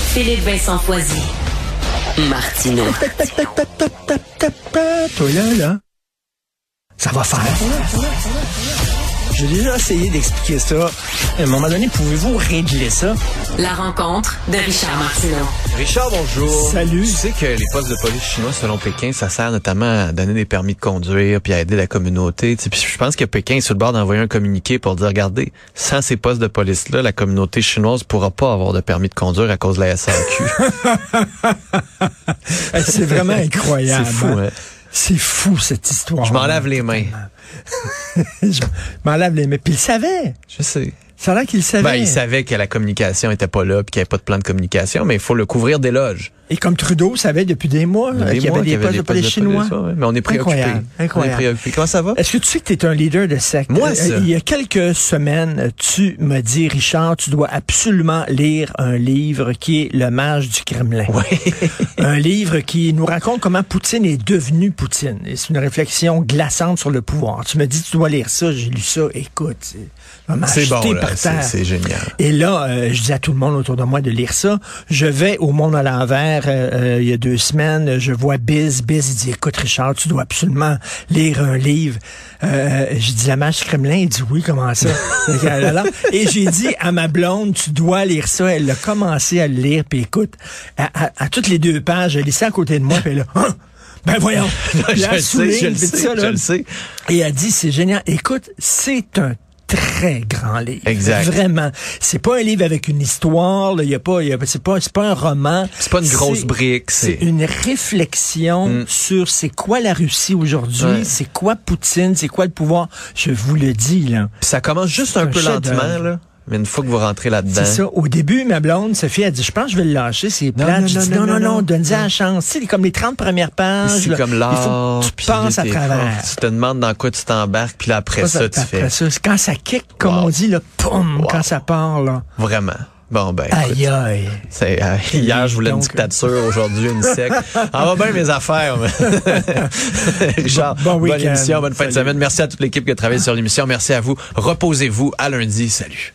Philippe Vincent Foisy. Martino. Tac, tac, tac, tac, tac, tac, tac. Toi, là, là. Ça va faire. J'ai déjà essayé d'expliquer ça. À un moment donné, pouvez-vous régler ça? La rencontre de Richard Martineau. Richard, bonjour. Salut. Tu sais que les postes de police chinois, selon Pékin, ça sert notamment à donner des permis de conduire puis à aider la communauté. Tu sais, Puis je pense que Pékin est sur le bord d'envoyer un communiqué pour dire, regardez, sans ces postes de police-là, la communauté chinoise pourra pas avoir de permis de conduire à cause de la SAQ. Eh, C'est vraiment incroyable. C'est fou, hein? C'est fou, cette histoire. Je m'en lave les mains. Je m'en lave les mains. Puis il savait. Je sais. Ça a l'air qu'il savait. Ben, il savait que la communication était pas là puis qu'il n'y avait pas de plan de communication, mais il faut le couvrir d'éloges. Et comme Trudeau savait depuis des mois Des euh, qu'il y mois avait des qu'il postes de police chinois. ouais, ouais. Mais on est préoccupé. Incroyable, incroyable. On est préoccupé. Comment ça va? Est-ce que tu sais que tu es un leader de secte? Moi, Euh, ça. Il y a quelques semaines, tu m'as dit, Richard, tu dois absolument lire un livre qui est Le Mage du Kremlin. un livre qui nous raconte comment Poutine est devenu Poutine. Et c'est une réflexion glaçante sur le pouvoir. Tu m'as dit, tu dois lire ça. J'ai lu ça. Écoute, c'est vraiment C'est bon, jeté là. par C'est terre. c'est génial. Et là, euh, je dis à tout le monde autour de moi de lire ça. Je vais au Monde à l'envers euh, euh, il y a deux semaines. Je vois Biz. Biz il dit, écoute Richard, tu dois absolument lire un livre. Euh, je dis, la mage Kremlin. Il dit, oui, comment ça? Fait que, alors, Et j'ai dit à ma blonde, tu dois lire ça. Elle a commencé à le lire. Puis écoute, à, à- à toutes les deux pages, elle lit ça à côté de moi. Puis elle a, Hein? ben voyons. Puis je elle le sais, souligne, je le puis tout sais, ça, là. je le sais. Et elle dit, c'est génial. Écoute, c'est un très grand livre. Exact. Vraiment. C'est pas un livre avec une histoire, là. Il y a pas, il y a- c'est pas, c'est pas un roman. C'est pas une grosse C'est- brique, C'est c'est- une réflexion sur c'est quoi la Russie aujourd'hui, Ouais. c'est quoi Poutine, c'est quoi le pouvoir. Je vous le dis, là. Puis ça commence juste un un peu lentement, chef-d'œuvre. là. Mais une fois que vous rentrez C'est là-dedans. ça. Au début, ma blonde, Sophie, a dit, je pense que je vais le lâcher, c'est plate. Ben. non, Je non, dis, non, non, non, non, non, non. Mm. donne-y la chance. C'est comme les 30 premières pages. C'est là. comme Il faut que l'art. Tu puis penses à t'es- travers. Tu te demandes dans quoi tu t'embarques, puis là, après ça, tu après fais. ça, c'est quand ça kick, comme Wow. on dit, là, poum, Wow. quand ça part, là. Vraiment. Bon, ben. écoute, Aïe, aïe. c'est, euh, hier, je voulais une Donc, dictature, aujourd'hui, une sec. Ah, va bien mes affaires. mais- Richard, Bon- bon bonne week-end. émission, bonne fin de Salut. semaine. Merci à toute l'équipe qui a travaillé sur l'émission. Merci à vous. Reposez-vous. À lundi. Salut.